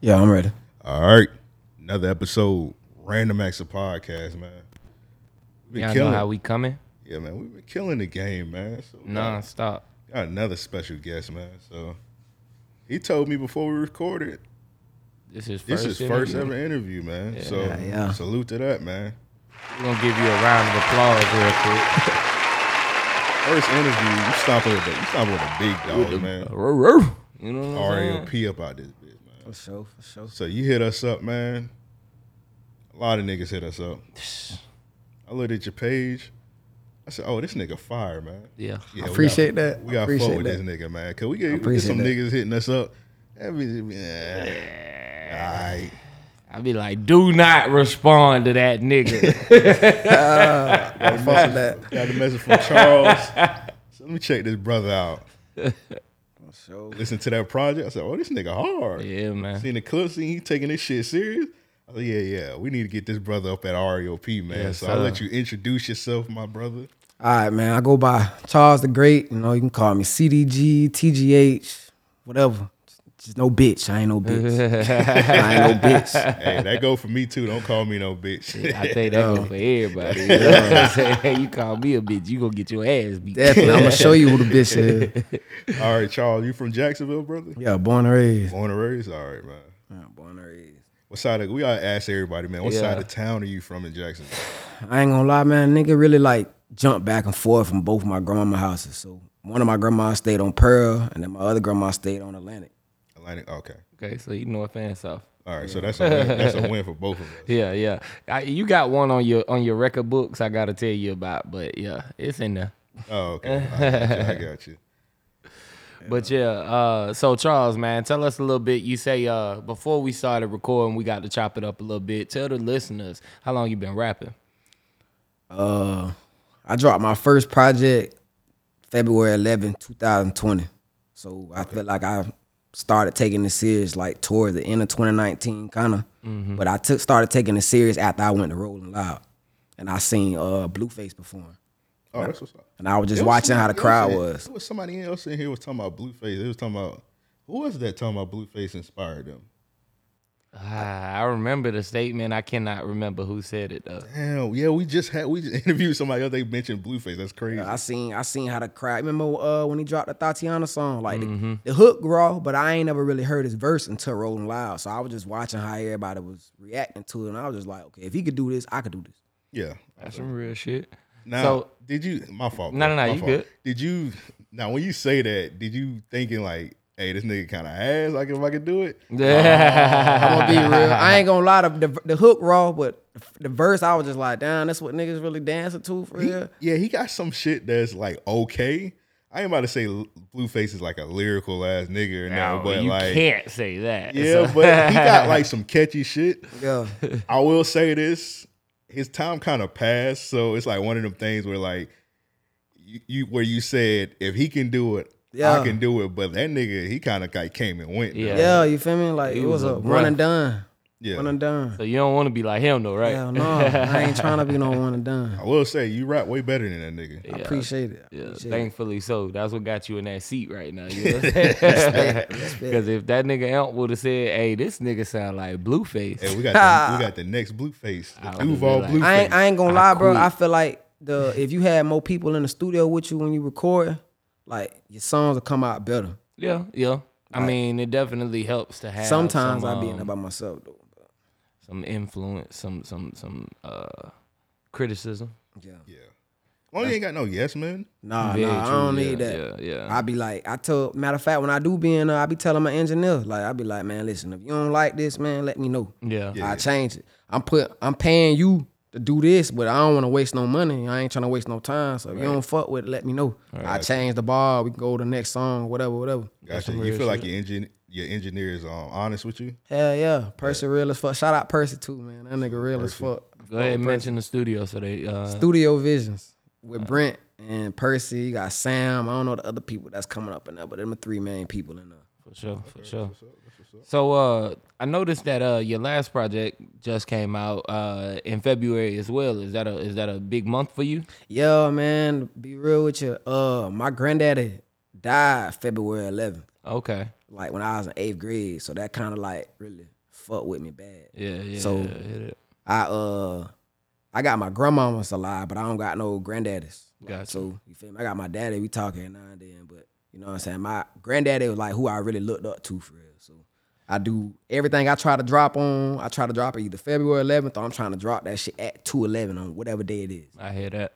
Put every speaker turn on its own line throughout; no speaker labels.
Yeah, I'm ready.
All right, another episode, Random Acts of Podcast, man. We've been
Y'all know
killing,
how we coming?
yeah, man. We've been killing the game, man. So we
Nah,
got-
stop.
got another special guest, man. So he told me before we recorded,
This is
this
first.
is first
interview.
ever interview, man. so
Yeah, yeah.
salute to that, man.
We're gonna give you a round of applause real quick.
First interview, you stomping with the, you stomping with the big dogs, man.
You know what I'm saying?
R.A.O.P. up out this bitch,
For
man.
sure, for sure.
So you hit us up, man. A lot of niggas hit us up. I looked at your page. I said, "Oh, this nigga fire, man."
Yeah.
Yeah,
I
we
appreciate
got,
that.
We
I
got
appreciate
fuck with
that.
this nigga, man. Cause we get, we get
appreciate
some
that.
niggas hitting us up. That be- yeah. All right.
I be like, do not respond to that nigga.
I fuck with that.
Got a message from Charles. so let me check this brother out.
For sure.
Listen to that project. I said, "Oh, this nigga hard."
yeah, man.
Seen the clip, seen he taking this shit serious. I said, "Yeah, yeah, we need to get this brother up at REOP, man."
Yes,
so I'll
sir.
let you introduce yourself, my brother.
All right, man. I go by Charles the Great. You know, you can call me CDG, TGH, whatever. Just- Just no bitch. I ain't no bitch. I ain't no bitch.
Hey, that go for me too. Don't call me no bitch.
I think that goes for everybody. You, know what I'm saying? you call me a bitch, you gonna get your ass beat.
Definitely. I'm gonna show you who the bitch is.
All right, Charles, you from Jacksonville, brother?
Yeah, born and raised.
Born and raised. All right, man.
Yeah, born and raised.
What side of we gotta ask everybody, man? What
Yeah.
side of town are you from in Jacksonville?
I ain't gonna lie, man. Nigga really like jumped back and forth from both my grandma houses. So one of my grandmas stayed on Pearl, and then my other grandma stayed on Atlantic.
Atlantic. Okay.
Okay, so you north and south.
All right. So that's a win. that's a win for both of us.
Yeah, yeah. I, you got one on your on your record books. I gotta tell you about, but yeah, it's in there.
Oh, okay. I got you. I got you.
But yeah, uh, so Charles, man, tell us a little bit. You say uh, before we started recording, we got to chop it up a little bit. Tell the listeners how long you been rapping.
Uh, I dropped my first project February 11, 2020. So I feel like I started taking this serious like toward the end of 2019, kind of. But I took started taking it serious after I went to Rolling Loud, and I seen uh Blueface perform,
Oh, that's what's up.
and I was just
There was
watching how the
somebody
crowd
else in-
was.
There was somebody else in here was talking about Blueface. They was talking about who was that talking about Blueface inspired them?
Ah, I remember the statement. I cannot remember who said it though.
Damn, yeah, we just had we just interviewed somebody else. They mentioned Blueface. That's crazy.
I seen I seen how the crowd. Remember uh, when he dropped the Tatiana song, like the- the, hook raw, but I ain't never really heard his verse until Rolling Loud. So I was just watching how everybody was reacting to it, and I was just like, okay, if he could do this, I could do this.
yeah.
That's some real shit.
Now,
So-
did you? My fault.
No,
bro.
no, no,
My
you
fault.
good.
Did you? Now, when you say that, did you thinking like, "Hey, this nigga kind of ass. Like, if I could do it,
I'm gonna be real. I ain't gonna lie. The, the, the hook raw, but the verse, I was just like, damn, that's what niggas really dancing to for
He-
real.
yeah, he got some shit that's like okay. I ain't about to say L- Blueface is like a lyrical ass nigga or no,
No,
but
you
like
can't say that.
yeah,
So-
but he got like some catchy shit.
Yeah,
I will say this: his time kind of passed, so it's like one of them things where like you, you where you said if he can do it, I
Yeah.
can do it. But that nigga, he kind of like came and went.
Yeah.
Yeah,
yeah, you feel me? Like
He
it was,
was
a
a
one and
bruh.
done, one
yeah.
and done.
so you don't want to be like him though, right?
Hell no, I ain't trying to be no one and done.
I will say you rap way better than that nigga.
I
Yeah.
appreciate it. I
Yeah,
appreciate it.
thankfully so. That's what got you in that seat right now. You know what I'm saying? Because if that nigga Elk would have said, "Hey, this nigga sound like Blueface,"
Hey, we got the, we got the next Blueface,
I
the
would've
Duval
been like-
Blueface.
I ain't, I ain't gonna
I
lie, bro.
quit.
I feel like the if you had more people in the studio with you when you record, like your songs will come out better.
yeah, yeah. I mean, it definitely helps to have
Sometimes
some,
I be in
um,
there by myself though.
some influence, some some some uh criticism.
Yeah.
yeah, well, you ain't got no yes man.
Nah,
Very
Ah, nah, I
true,
don't
yeah,
need that.
Yeah, yeah.
I be like, I tell matter of fact, when I do be in there, I be telling my engineer, like, I be like, man, listen, if you don't like this, man, let me know.
yeah.
I change it. I'm put I'm paying you to do this, but I don't want to waste no money. I ain't trying to waste no time. So if you don't fuck with it, let me know. I change the bar, we can go to the next song, whatever, whatever.
Gotcha. You feel like your engine, your engineer is um, honest with you.
Hell yeah. Percy real as fuck. Shout out Percy too, man. That nigga real as fuck.
Go ahead and mention the studio so they uh
Studio Visions with Brent and Percy. You got Sam. I don't know the other people that's coming up in there, but them the three main people in there.
for sure, for sure. So uh I noticed that uh your last project just came out uh in February as well. Is that a is that a big month for you?
Yo, man, be real with you. Uh, my granddaddy died February 11th.
Okay.
like when I was in eighth grade. So that kind of like really fucked with me bad.
Yeah. Yeah.
So-
yeah, hit it.
I uh I got my grandmama's alive, but I don't got no granddaddies. Like,
Gotcha.
So you feel me? I got my daddy, we talking now and then, but you know what I'm saying? My granddaddy was like who I really looked up to for real. So I do everything I try to drop on, I try to drop it either February 11th or I'm trying to drop that shit at 211 on whatever day it is.
I hear that.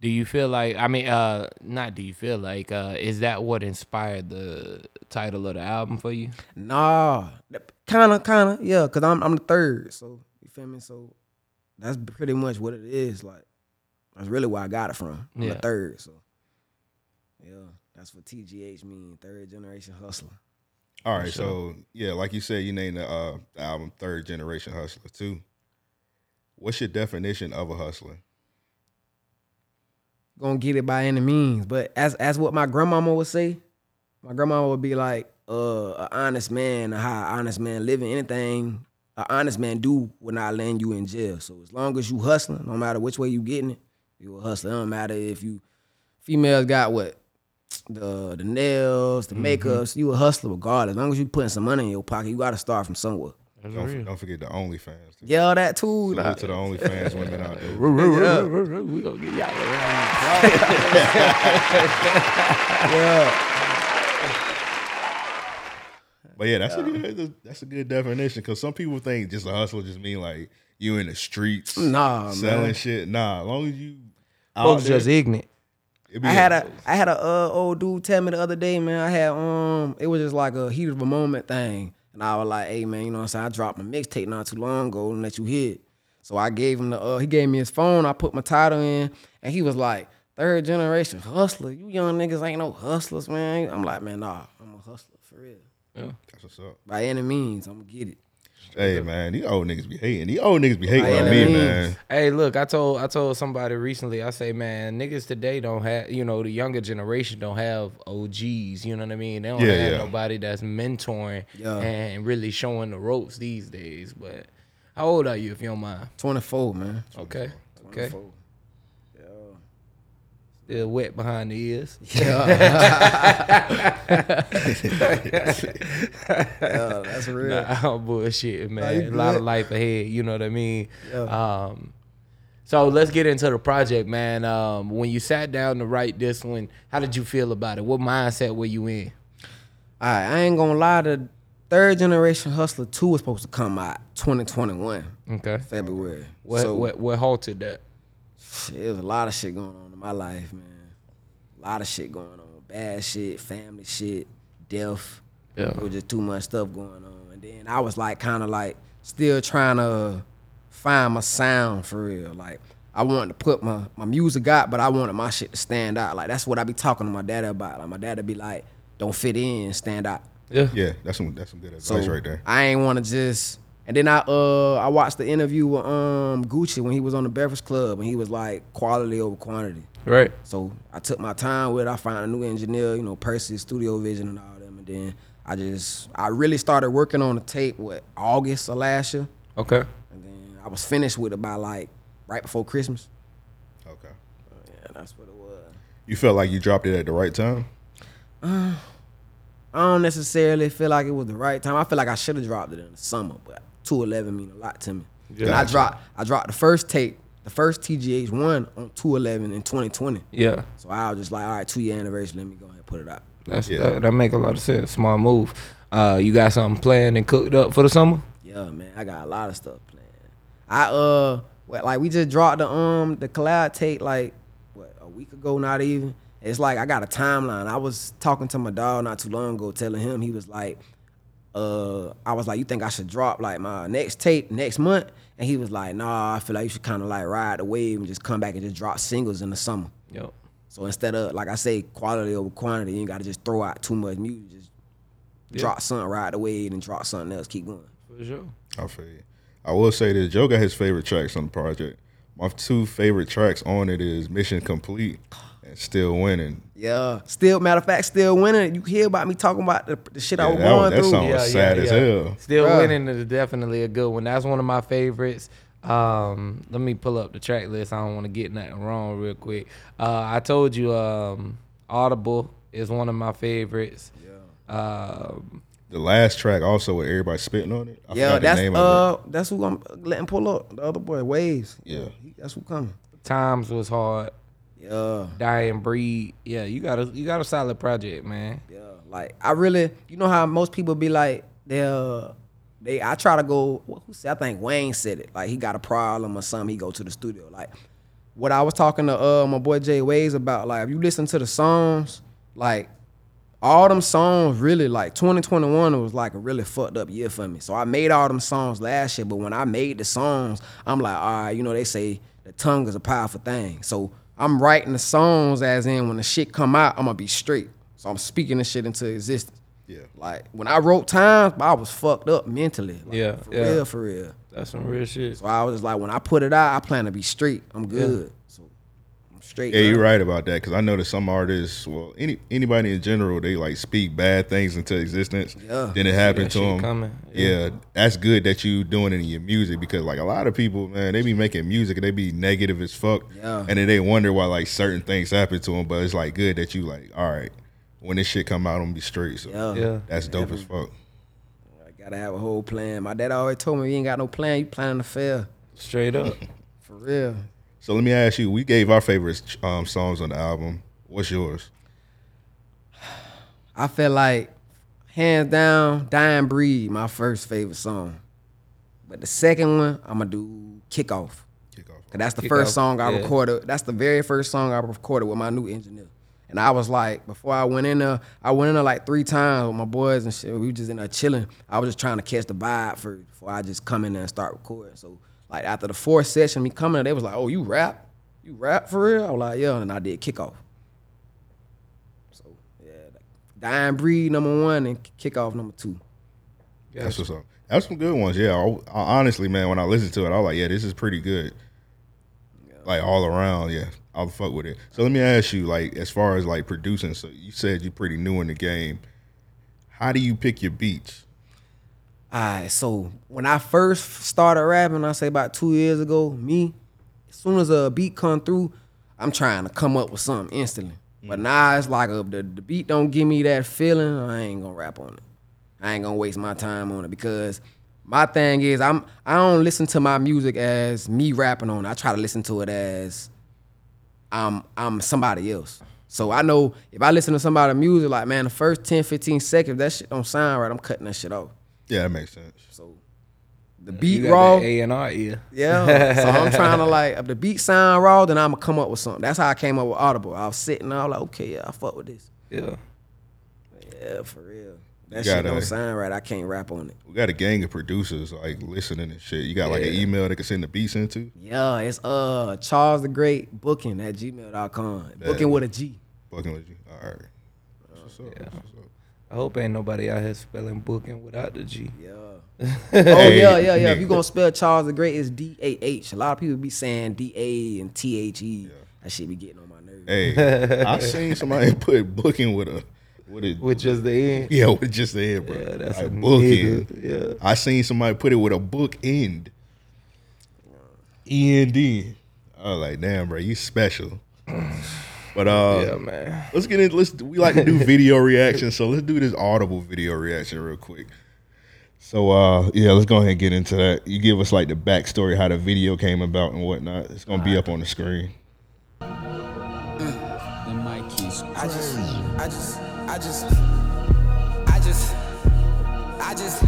Do you feel like I mean uh not do you feel like uh is that what inspired the title of the album for you?
Nah, kind of, kind of, yeah, because I'm I'm the third, so you feel me? So that's pretty much what it is. Like that's really where I got it from. I'm
Yeah.
the third, so yeah, that's what TGH mean, third generation hustler.
All right, so yeah, like you said, you named the, uh, the album Third Generation Hustler too. What's your definition of a hustler?
Gonna get it by any means, but as as what my grandmama would say, my grandmama would be like, uh, an honest man, a high honest man living anything. An honest man do will not land you in jail. So as long as you hustling, no matter which way you getting it, you a hustler. It don't matter if you females got what the the nails, the makeups. You a hustler regardless. As long as you putting some money in your pocket, you got to start from somewhere.
Don't, f- don't forget the OnlyFans. Too.
Yeah, that too.
Salute
Nah.
to the OnlyFans women out there.
We gonna get y'all around.
But yeah, that's a good that's a good definition because some people think just a hustler just mean like you in the streets
Nah,
selling
man.
shit. Nah, as long as you out
Folks
there,
just ignorant.
it be
I had
hustles.
a I had a uh, old dude tell me the other day, man. I had um, it was just like a heat of a moment thing, and I was like, hey, man, you know what I'm saying? I dropped my mixtape not too long ago, and let you hit. So I gave him the uh, he gave me his phone. I put my title in, and he was like, third generation hustler. You young niggas ain't no hustlers, man. I'm like, man, nah, I'm a hustler for real.
That's what's up.
By any means, I'm gonna get it.
Hey man, these old niggas be hating. These old niggas be hating on
yeah,
me,
man.
man.
Hey, look, I told I told somebody recently. I say, man, niggas today don't have, you know, the younger generation don't have OGs. You know what I mean? They don't
Yeah,
have
yeah.
nobody that's mentoring
Yeah.
and really showing the ropes these days. But how old are you, if you don't mind?
24, man.
Okay, okay,
24.
still wet behind the ears.
Yeah. yeah, that's real.
Nah, I'm bullshitting, man.
you
a lot
good.
of life ahead. You know what I mean? Um, so let's get into the project, man. Um, when you sat down to write this one, how did you feel about it? What mindset were you in?
All right, I ain't gonna lie. The third generation hustler two was supposed to come out 2021
Okay.
February.
What
so
what what halted that?
shit, it was a lot of shit going on in my life, man. A lot of shit going on. Bad shit, family shit, death.
Yeah.
It was just too much stuff going on. And then I was like, kind of like, still trying to find my sound for real. Like, I wanted to put my, my music out, but I wanted my shit to stand out. Like, that's what I be talking to my dad about. Like, my dad would be like, don't fit in, stand out.
Yeah.
Yeah, that's some that's some good advice
So
right there.
I ain't want to just. And then I uh I watched the interview with um Gucci when he was on the Breakfast Club and he was like quality over quantity.
Right.
So I took my time with it. I found a new engineer, you know, Percy Studio Vision and all them. And then I just I really started working on the tape what August of last year,
Okay.
and then I was finished with it by like right before Christmas.
Okay.
Yeah, that's what it was.
You felt like you dropped it at the right time.
I don't necessarily feel like it was the right time. I feel like I should have dropped it in the summer, but 211 mean a lot to me.
Yeah.
And I
Gotcha.
dropped I dropped the first tape, the first TGH one on 211 in 2020.
Yeah.
So I was just like, all right, two year anniversary, let me go ahead and put it out.
That's
Yeah.
that, that make a lot of sense. Smart move. Uh, you got something planned and cooked up for the summer?
Yeah, man, I got a lot of stuff planned. I uh, well, like we just dropped the um the collab tape like what a week ago, not even. It's like I got a timeline. I was talking to my dog not too long ago, telling him he was like, uh, I was like, you think I should drop like my next tape next month? And he was like, Nah, I feel like you should kind of like ride the wave and just come back and just drop singles in the summer.
Yep.
So instead of like I say, quality over quantity, you ain't got to just throw out too much music. Just drop something, ride the wave, and drop something else. Keep going.
For sure.
I feel you. I will say this: Joe got his favorite tracks on the project. My two favorite tracks on it is "Mission Complete" and "Still Winning."
Yeah. Still, matter of fact, still winning. You hear about me talking about the, the shit I
Yeah,
was
that one-
going
that
through.
song- was Oh, sad as hell.
Still
Bruh.
winning is definitely a good one. That's one of my favorites. Um, let me pull up the track list. I don't want to get nothing wrong real quick. Uh, I told you um, Audible is one of my favorites. Um,
The last track also with everybody spitting on it. I
yeah,
forgot the
that's
name of it.
uh, that's who I'm letting pull up. The other boy, Waves.
Yeah.
He- that's who coming.
Times was hard.
Yeah,
Die and breed. Yeah, you got a you got a solid project, man.
yeah. Like I really, you know how most people be like, they uh, they. I try to go. What, who said? I think Wayne said it. Like he got a problem or something. He go to the studio. Like what I was talking to uh my boy Jay Waves about. Like if you listen to the songs, like all them songs really like 2021 was like a really fucked up year for me. So I made all them songs last year, but when I made the songs, I'm like, all right, you know, they say the tongue is a powerful thing. So I'm writing the songs as in when the shit come out, I'm gonna be straight. So I'm speaking the shit into existence.
Yeah.
Like when I wrote times, I was fucked up mentally. Like,
Yeah,
For
yeah.
real, for real.
That's some real shit.
So I was just like, when I put it out, I plan to be straight. I'm good. So I'm straight.
Yeah,
man.
you're right about that because I know that some artists, well, any anybody in general, they like speak bad things into existence.
Yeah.
Then it happened to
shit
them.
coming,
Yeah. that's good that you doing it in your music because like a lot of people, man, they be making music and they be negative as fuck.
Yeah.
And then they wonder why like certain things happen to them, but it's like good that you like, all right, when this shit come out, I'm gonna be straight. So
Yeah.
Yeah.
that's dope as fuck.
I gotta have a whole plan. My dad always told me, you ain't got no plan, you planning to fail.
Straight up.
For real.
So let me ask you, we gave our favorite um, songs on the album. What's yours?
I feel like, hands down, Dying Breed, my first favorite song. But the second one, I'm gonna do Kick Off.
Kick off.
Cause that's the
Kick
first
Off,
song I
yeah.
recorded. That's the very first song I recorded with my new engineer. And I was like, before I went in there, I went in there like three times with my boys and shit. We were just in there chilling. I was just trying to catch the vibe for before I just come in there and start recording. So like after the fourth session, me coming, in, they was like, "Oh, you rap? You rap for real?" I was like, "Yeah," and I did kick off. So yeah, dying breed number one and kick off number two.
That's what's up. That's some good ones. Yeah. I, I honestly, man, when I listened to it, I was like, yeah, this is pretty good. Like all around, yeah. I'll fuck with it. So let me ask you, like, as far as like producing, so you said you're pretty new in the game. How do you pick your beats?
Alright, so when I first started rapping, I say about two years ago, me, as soon as a beat come through, I'm trying to come up with something instantly. But now it's like if the, the beat don't give me that feeling, I ain't gonna rap on it. I ain't gonna waste my time on it because my thing is I'm I don't listen to my music as me rapping on it. I try to listen to it as I'm I'm somebody else. So I know if I listen to somebody's music, like man, the first 10, 15 seconds, that shit don't sound right, I'm cutting that shit off.
Yeah, that makes sense.
So the beat raw,
A and R ear.
yeah. so I'm trying to like if the beat sound raw, then I'ma come up with something. That's how I came up with Audible. I was sitting, I was like, okay, yeah, I fuck with this.
Yeah.
Yeah, for real. That
gotta-
shit don't sound right. I can't rap on it.
We got a gang of producers like listening and shit. You got like an email they can send the beats into.
Yeah, it's uh Charles the Great booking at gmail.com. Booking with a G.
Fucking with you. All right. That's what's up. That's what's up.
I hope ain't nobody out here spelling booking without the G.
Yeah. oh yeah, yeah, yeah.
nigga.
If you gonna spell Charles the Great, it's D A H. A lot of people be saying D A and T H E. That shit be getting on my nerves.
Hey, I seen somebody put booking with a with a
Which is the end.
Yeah, with just the head, bro.
Yeah, that's
Like,
a
book
nigga.
end.
Yeah.
I seen somebody put it with a book end. E N D. I was like, damn, bro, you special. But uh
Yeah, man.
let's get in let's we like to do video reactions, so let's do this audible video reaction real quick. So uh yeah, let's go ahead and get into that. You give us like the backstory how the video came about and whatnot. It's gonna be up on the screen.
The mic is I just, I just, I just, I just, I just,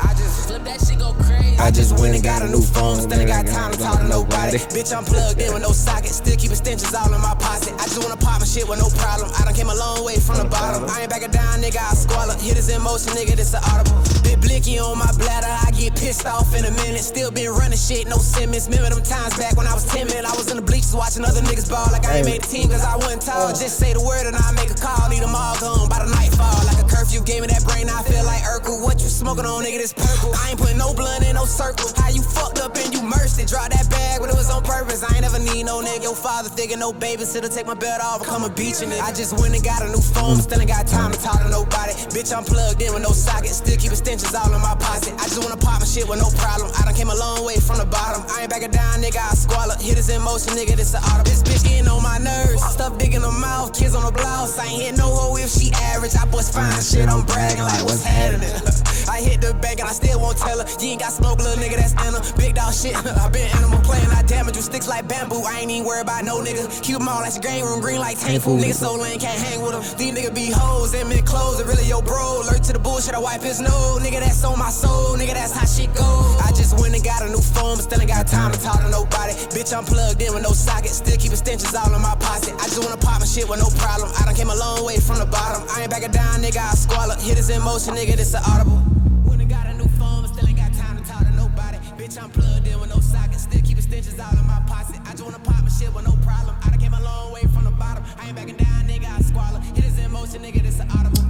I just flip that shit go crazy. I just went and got a new phone, still ain't got time to talk to nobody. Bitch, I'm plugged in with no socket, still keeping stenches all in my pocket. I just wanna pop my shit with no problem. I done came a long way from the bottom. I ain't backing down, nigga, I squalor. Hit is in motion, nigga, this an audible. Bit blicky on my bladder, I get pissed off in a minute. Still been running shit, no Simmons. Remember them times back when I was timid, I was in the bleachers watching other niggas ball like I ain't made the team cause I wasn't tall. Just say the word and I make a call, need them all gone by the nightfall like a curve. curfew. Gave me that brain, I feel like Urkel. What you smoking on, nigga? This purple. I ain't put no blunt in no circle. How you fucked up and you merged it? Drop that bag, but it was on purpose. I ain't never need no nigga. Your father thinking no babysitter. Take my belt off, come a beach in it. I just went and got a new phone. Still ain't got time to talk to nobody. Bitch, I'm plugged in with no socket. Still keep extensions all in my pocket. I just wanna pop my shit with no problem. I done came a long way from the bottom. I ain't backing down, nigga. I squalor. Hit is in motion, nigga. This a auto. This bitch getting on my nerves. Stuff digging her mouth, kids on the blouse. I ain't hit no hoe if she average. I bust fine shit, I'm bragging like what's happening. I hit the bank and I still won't tell her. You ain't got smoke, little nigga. That's in her. Big dog shit. I been animal playing. I damage you sticks like bamboo. I ain't even worried about no nigga. Keep 'em all at your game room green like tank food. Nigga so lame, can't hang with 'em. These niggas be hoes and mid clothes. And really your bro. Alert to the bullshit, I wipe his nose. Nigga, that's on my soul. Nigga, that's how shit goes. I just went and got a new phone, but still ain't got time to talk to nobody. Bitch, I'm plugged in with no socket. Still keep extensions all in my pocket. I just wanna pop my shit with no problem. I done came a long way from the bottom. I ain't backing down, nigga. I squalor. Hit is in motion, nigga. This an audible. Went and got a new phone, but still ain't got time to talk to nobody. Bitch, I'm plugged in with no socket. Still keep extensions all in my pocket. I just wanna pop my shit with no problem. I done came a long way from the bottom. I ain't backing down, nigga. I squalor. Hit is in motion, nigga. This an audible.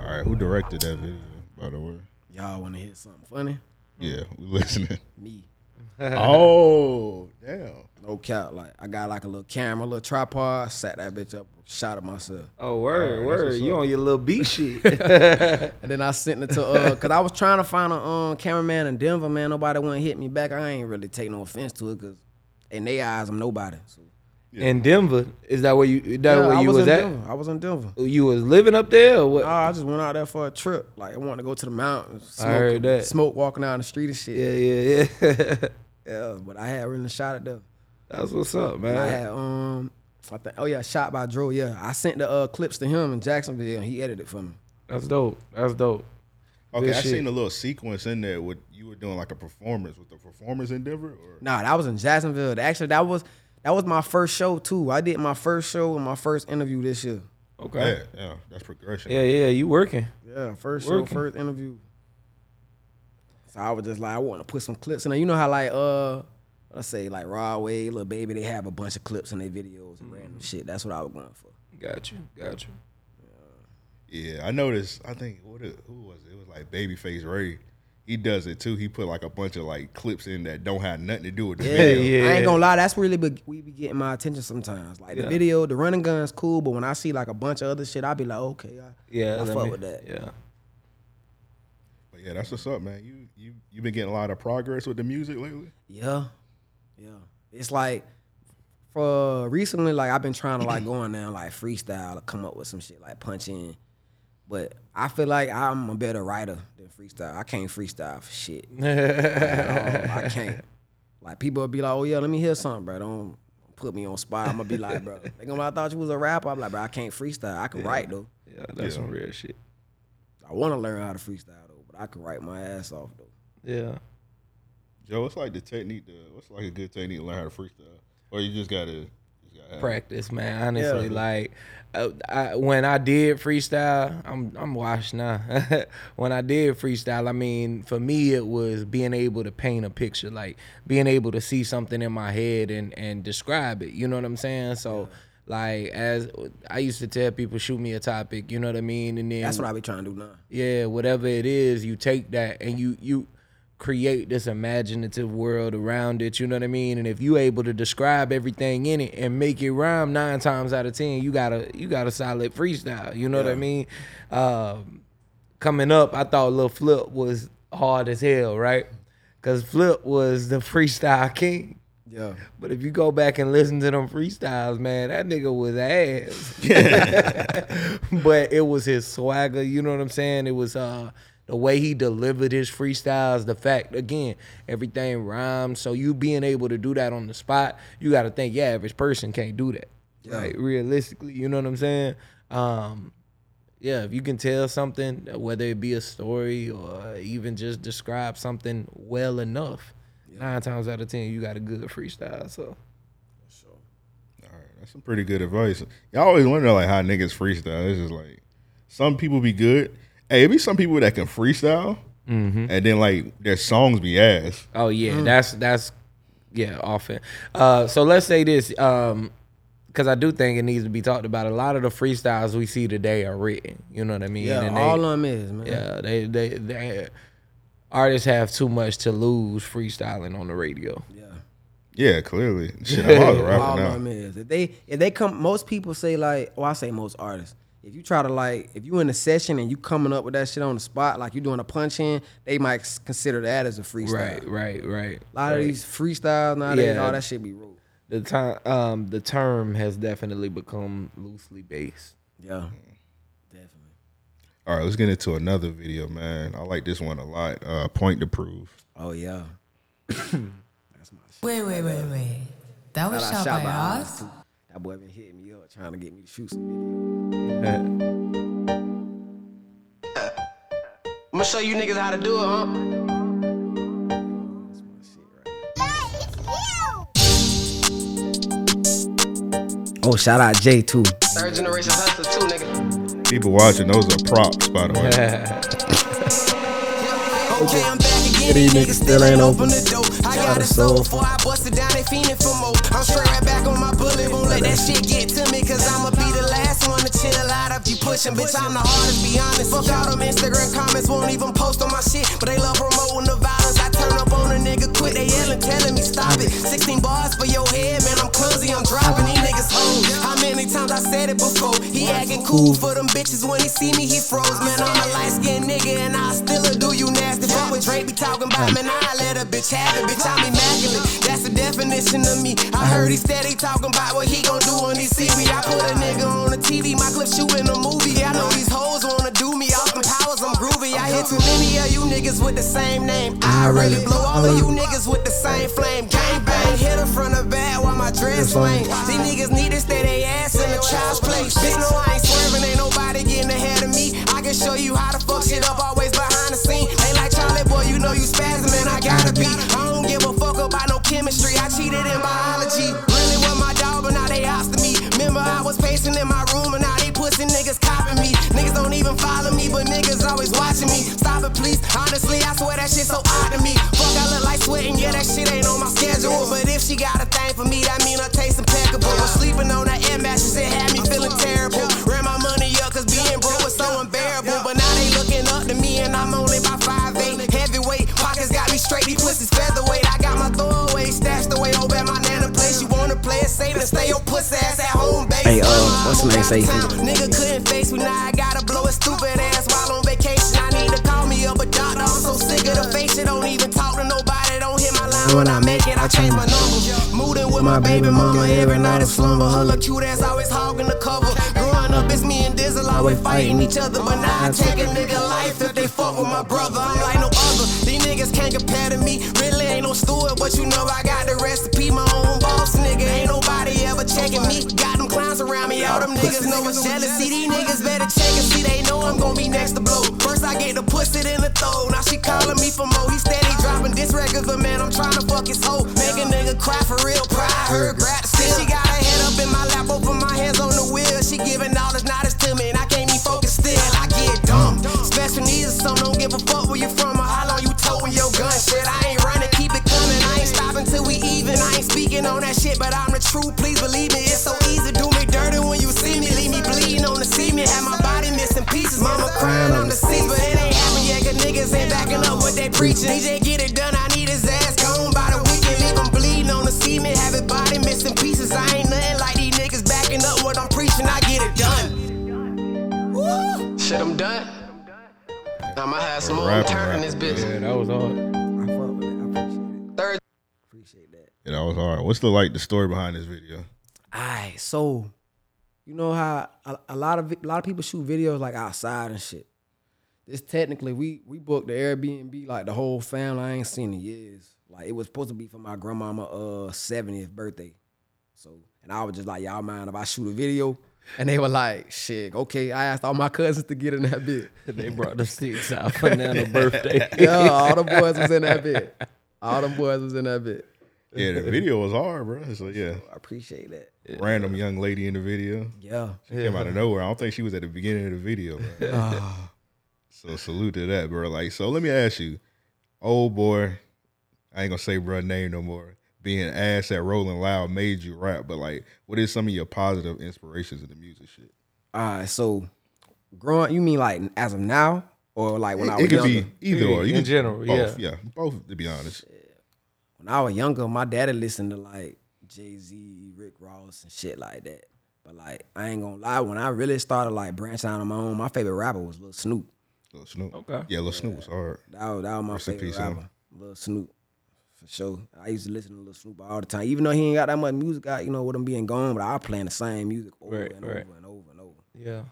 All right, who directed that video? By the way,
Y'all wanna hear something funny?
yeah, we listening.
Me.
oh, damn.
No cap. Like I got like a little camera, a little tripod, sat that bitch up, shot it myself.
Oh, word, word. You on your little B shit.
And then I sent it to uh cause I was trying to find a um cameraman in Denver, man. Nobody wouldn't hit me back. I ain't really take no offense to it cause in their eyes I'm nobody. So
In Denver, is that where you? That
Yeah,
where
I
you
was,
was,
in
at?
Denver. I was in Denver.
You was living up there? Or what?
Nah, I just went out there for a trip. Like I wanted to go to the mountains. Smoke,
I heard that.
Smoke walking down the street and shit.
yeah, yeah, yeah.
Yeah, but I had really shot at them.
That's what's up,
And I
man.
had um, I think oh yeah, shot by Drew. Yeah, I sent the uh, clips to him in Jacksonville, and he edited it for me.
That's dope. That's dope.
Okay,
Good
I
shit.
seen a little sequence in there. With you were doing like a performance with the performers in Denver, or
Nah, that was in Jacksonville. Actually, that was that was my first show too. I did my first show and my first interview this year.
Okay.
yeah, yeah, that's progression.
Yeah, yeah. You working?
Yeah, first show,
Working.
first interview. So I was just like, I want to put some clips in there. You know how like uh, let's say like Rod Wave, Lil Baby, they have a bunch of clips in their videos and
Mm-hmm.
random shit. That's what I was going for.
Got you. Got you.
Yeah, I noticed. I think what it, who was it? It was like Babyface Ray. He does it too. He put like a bunch of like clips in that don't have nothing to do with the
Yeah,
video.
yeah.
I ain't gonna lie, that's really be, we be getting my attention sometimes. Like the video, the running gun's cool, but when I see like a bunch of other shit, I be like, okay, I,
Yeah,
I
let
fuck
me-
with that.
Yeah.
But yeah, that's what's up, man. You you you been getting a lot of progress with the music lately.
Yeah, yeah. It's like for recently, like I've been trying to like going down like freestyle, or come up with some shit like punch in. But I feel like I'm a better writer than freestyle. I can't freestyle for shit. at all. I can't. Like people will be like, "Oh yeah, let me hear something, bro." Don't put me on spot. I'm gonna be like, "Bro, they gonna be like, I thought you was a rapper." I'm like, "Bro, I can't freestyle. I can write though.
Yeah, that's some real shit.
I want to learn how to freestyle though, but I can write my ass off though."
Yeah.
Joe, what's like the technique? To, what's like a good technique to learn how to freestyle? Or you just gotta, just gotta have it?
practice, man. Honestly, like uh, I, when I did freestyle, I'm I'm washed now. when I did freestyle, I mean, for me, it was being able to paint a picture, like being able to see something in my head and and describe it. You know what I'm saying? So. Like as I used to tell people, shoot me a topic, you know what I mean, and then
That's what I be trying to do now.
yeah, whatever it is, you take that and you you create this imaginative world around it. You know what I mean? And if you able to describe everything in it and make it rhyme nine times out of ten, you got to you got a solid freestyle. You know what I mean? Um, coming up, I thought Lil Flip was hard as hell, right? Because Flip was the freestyle king.
Yeah,
But if you go back and listen to them freestyles, man, that nigga was ass. but it was his swagger, you know what I'm saying? It was uh the way he delivered his freestyles, the fact again, everything rhymes. So you being able to do that on the spot, you gotta think your average person can't do that. Like realistically, you know what I'm saying? Um yeah, if you can tell something, whether it be a story or even just describe something well enough, nine times out of ten, you got a good freestyle. So
All right, that's some pretty good advice. Y'all always wonder like how niggas freestyle. It's just like some people be good. Hey, it be some people that can freestyle, and then like their songs be ass.
Mm.
Oh yeah, that's that's yeah, often. Uh, so let's say this, um, because I do think it needs to be talked about. A lot of the freestyles we see today are written. You know what I mean?
Yeah,
And they-
all of them is man.
yeah, they, they they artists have too much to lose freestyling on the radio.
Yeah, clearly. Shit, I'm all the
all
rapper
of
now.
them is. If they if they come, most people say like, well, I say most artists. If you try to like, if you in a session and you coming up with that shit on the spot, like you doing a punch in, they might s- consider that as a freestyle.
Right, right, right.
A lot of these freestyles nowadays,
Yeah.
all that shit be rude.
The time um the term has definitely become loosely based.
Yeah, definitely.
All right, let's get into another video, man. I like this one a lot. Uh, point to prove.
Oh yeah.
Wait, wait, wait, wait. That was
Shout out,
shot,
shout
by
out
us?
too. That boy been hitting me up trying to get me to shoot some video.
I'ma show you niggas how to do it, huh?
Oh, shout out Jay too.
Third generation hustler too, nigga.
People watching, those are props, by the way.
Okay, I'm back again.
These niggas
These niggas still ain't
open.
open the door. I got a soul before I bust it down. They fiending for more. I'm straight right back on my bullet. Won't let that shit get to me, cause I'ma be the last one to chill out if you pushing. Bitch, I'm the hardest, be honest. Fuck all them Instagram comments, won't even post on my shit. But they love promoting the violence. I turn up on a nigga quit. They yelling, telling me stop it. 16 bars for your head, man. I'm clumsy, I'm driving these niggas home. How many times I said it before? He acting cool for them bitches when he see me, he froze. Man, I'm a light skinned nigga and I still a do you nasty. Fuck what Drake be talking about, man. I let a bitch have it, bitch. I'm immaculate. That's the definition of me. I heard he steady talking about what he gon' do when he see me. I put a nigga on the TV, my clip shooting a movie. I know these hoes wanna do me. Austin Powers, I'm groovy. I hit too many of you niggas with the same name. I really blow all of you niggas with the same flame. Gang bang, hit her from the back while my dress lame. These niggas need to stay they ass in the child's place. Bitch, no, I ain't swerving, ain't nobody getting ahead of me. I can show you how to fuck shit up, always behind the scene. They like Charlie, boy, you know you spazzing, man, I gotta be. I don't give a fuck about no chemistry, I cheated in biology. Really with my dog, but now they ops to me. Remember, I was pacing in my room, and now they pussy niggas copying me. Niggas don't even follow me, but niggas always watching me. Stop it, please. Honestly, I swear that shit so odd to me. Fuck, I look like sweating, yeah, that shit ain't on my schedule. But if she got a thing for me, that mean her taste impeccable. Was sleeping on that air mattress, it had me feeling terrible. Ran my money up, cause being broke was so unbearable. But now they looking up to me, and I'm only by 5'8. Heavyweight, pockets got me straight, these pussies featherweight. I got my throwaway stashed away over at my nana place. You wanna play it safe and stay your pussy ass at home,
Hey,
baby.
uh, what's the name say?
Nigga couldn't face me, now I gotta blow his stupid ass while on vacation. I need to call me up a doctor, I'm so sick of the face. It don't even talk to nobody, don't hit my line when I make it. I change my number. Moving with my baby mama every night is slumber. Her look cute ass always hogging the cover. Growing up, it's me and Dizzle always fighting each other. But now I take a nigga life if they fuck with my brother. I'm like no other. These niggas can't compare to me. Really ain't no steward, but you know I got the recipe. My own boss, nigga. Ain't nobody ever checking me. Got them clowns around me. All them niggas know it's jealousy. These niggas better check and see. They know I'm gonna be next to blow. First I get the pussy in the throat. Now she calling me for more. He steady dropping this record, but man, I'm trying to fuck his hoe. Make a nigga cry for real. Pride her grab the stick. She got her head up in my lap, both of my hands on the wheel. She giving all this knowledge to me, and I can't even focus still. I get dumb. Special needs or something. Don't give a fuck where you from or how long you toting your gun. Shit, I ain't running. Keep it coming. I ain't stopping till we even. I ain't speaking on that shit, but I'm the truth. Please believe me. It's so easy. Do me dirty when you see me. Leave me bleeding on the cement. Have my body missing pieces. Mama crying, I'm deceased, but it ain't happening yet. Cause niggas ain't backing up what they preaching. DJ get it done. I need his ass gone by the weekend. Leave him bleeding on the cement. Have his body missing pieces. I ain't nothing like these niggas backing up what I'm preaching. I get it done. Woo. Shit, I'm done. Now my have some more. I'm
Rapping,
turning
rapping.
this bitch.
Yeah, that was hard.
I fuck with it. I appreciate it.
Third
Appreciate that.
Yeah, that was hard. What's the like the story behind this video?
Alright, so you know how a, a lot of a lot of people shoot videos like outside and shit. This technically we we booked the Airbnb like the whole family. I ain't seen in years. Like it was supposed to be for my grandmama uh 70th birthday. So and I was just like, y'all mind if I shoot a video? And they were like, shit, okay. I asked all my cousins to get in that bit.
They brought the sticks out for Nana's birthday.
Yeah, all the boys was in that bit. All them boys was in that bit.
Yeah, the video was hard, bro. So yeah,
I appreciate that.
random young lady in the video.
Yeah.
She came out of nowhere. I don't think she was at the beginning of the video. Bro. so salute to that, bro. Like, so let me ask you, old boy, I ain't gonna say bro name no more. being ass at Rolling Loud made you rap, but like, what is some of your positive inspirations in the music shit?
All right, Uh, so growing, you mean like as of now, or like when I
It,
was
it could
younger?
be either or. You
In
could-
general,
both, yeah, both. To be honest,
when I was younger, my daddy listened to like Jay Z, Rick Ross, and shit like that. But like, I ain't gonna lie, when I really started like branching out on my own, my favorite rapper was Lil Snoop.
Lil Snoop.
Okay.
Yeah, Lil Snoop was hard.
That was, that was my
Rest in
favorite
peace,
rapper,
Snoop.
Lil Snoop, for sure. I used to listen to Lil Snoop all the time, even though he ain't got that much music out, you know, with him being gone. But I was playing the same music over
Right,
and
right.
over and over and over.
Yeah.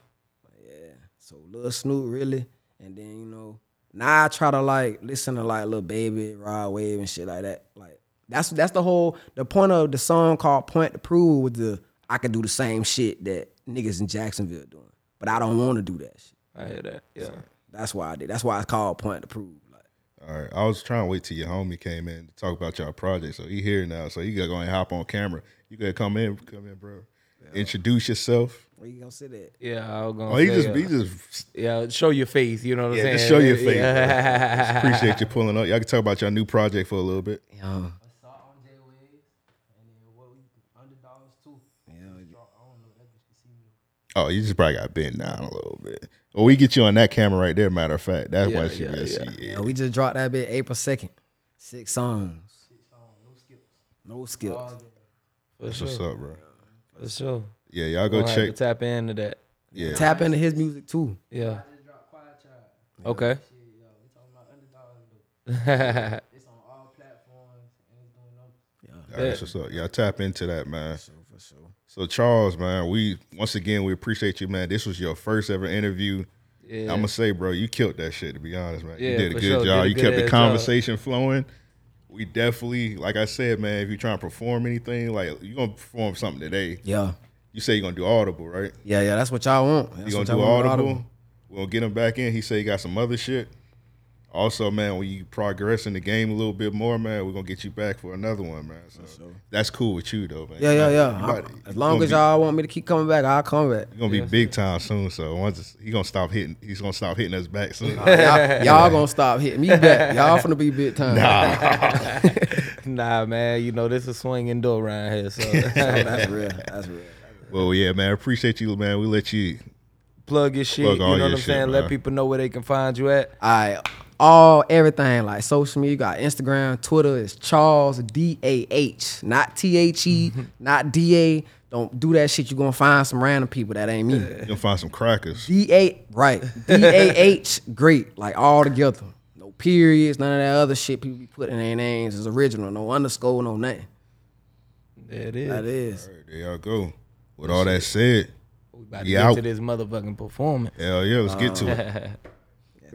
So Lil Snoop really, and then you know now I try to like listen to like Lil Baby, Rod Wave, and shit like that. Like that's that's the whole the point of the song called Point to Prove with the I can do the same shit that niggas in Jacksonville doing, but I don't want to do that shit.
I hear that. Yeah.
That's why I did. That's why it's called Point to Prove. Like
All right, I was trying to wait till your homie came in to talk about y'all project. So he here now. So you gotta go and hop on camera. You gotta come in, come in, bro. Introduce yourself.
where you gonna sit at?
Yeah. I was gonna
Oh, he
say,
just,
uh,
he just
yeah. Show your face. You know what
Yeah,
I'm saying?
just show your face,
Yeah.
appreciate you pulling up. Y'all can talk about your new project for a little bit.
Yeah.
Oh, you just probably got bent down a little bit. Well, we get you on that camera right there. Matter of fact, that's why
Yeah,
she
yeah,
been
yeah.
see- yeah.
And Oh, we just dropped that bit April second. Six songs. No skips. No skips.
For
That's what's
sure.
up, bro.
For sure.
Yeah, y'all go
Gonna have to
check.
tap into that.
Yeah,
Tap into his music too.
Yeah. Okay.
All right, that's what's up. Y'all tap into that, man.
For sure.
So Charles, man, we once again we appreciate you, man. This was your first ever interview.
Yeah.
I'm gonna say, bro, you killed that shit. To be honest, man, you
Yeah,
did a
for
good
sure.
job.
Did a
you
good
kept
ass
the
job.
conversation flowing. We definitely, like I said, man, if you're trying to perform anything, like you're gonna perform something today.
Yeah.
You say you're gonna do audible, right?
Yeah, yeah, that's what y'all want. That's
You gonna
what
do
y'all want with
audible. We're gonna get him back in. He said he got some other shit. Also, man, when you progress in the game a little bit more, man, we're gonna get you back for another one, man. So that's cool with you though, man.
Yeah, yeah, yeah.
You
I'm-
about-
as
you
long
gonna
as
be-
y'all want me to keep coming back, I'll come back.
He's gonna be big time soon, so once it's, he gonna stop hitting, he's gonna stop hitting us back soon.
Y'all, y'all gonna stop hitting me back. Y'all finna be big time.
ah.
Nah, man. You know this is swinging door around here. So
That's real. That's real.
well, yeah, man, appreciate you, man. We let you.
plug your shit.
Plug all
you know
your
what I'm
shit,
saying?
man.
Let people know where they can find you at.
I all everything like social media, you got Instagram, Twitter is Charles D A H, not T H E, not D A. Don't do that shit. You gonna find some random people that ain't me.
You'll find some crackers.
D A right. D A H great. Like all together. No periods, none of that other shit people be putting in their names is original. No underscore, no nothing.
There it is.
That is.
All right, there y'all go. With all that said,
We about to
Yeah,
get
I-
to this motherfucking performance.
Uh,
hell yeah, let's get to it.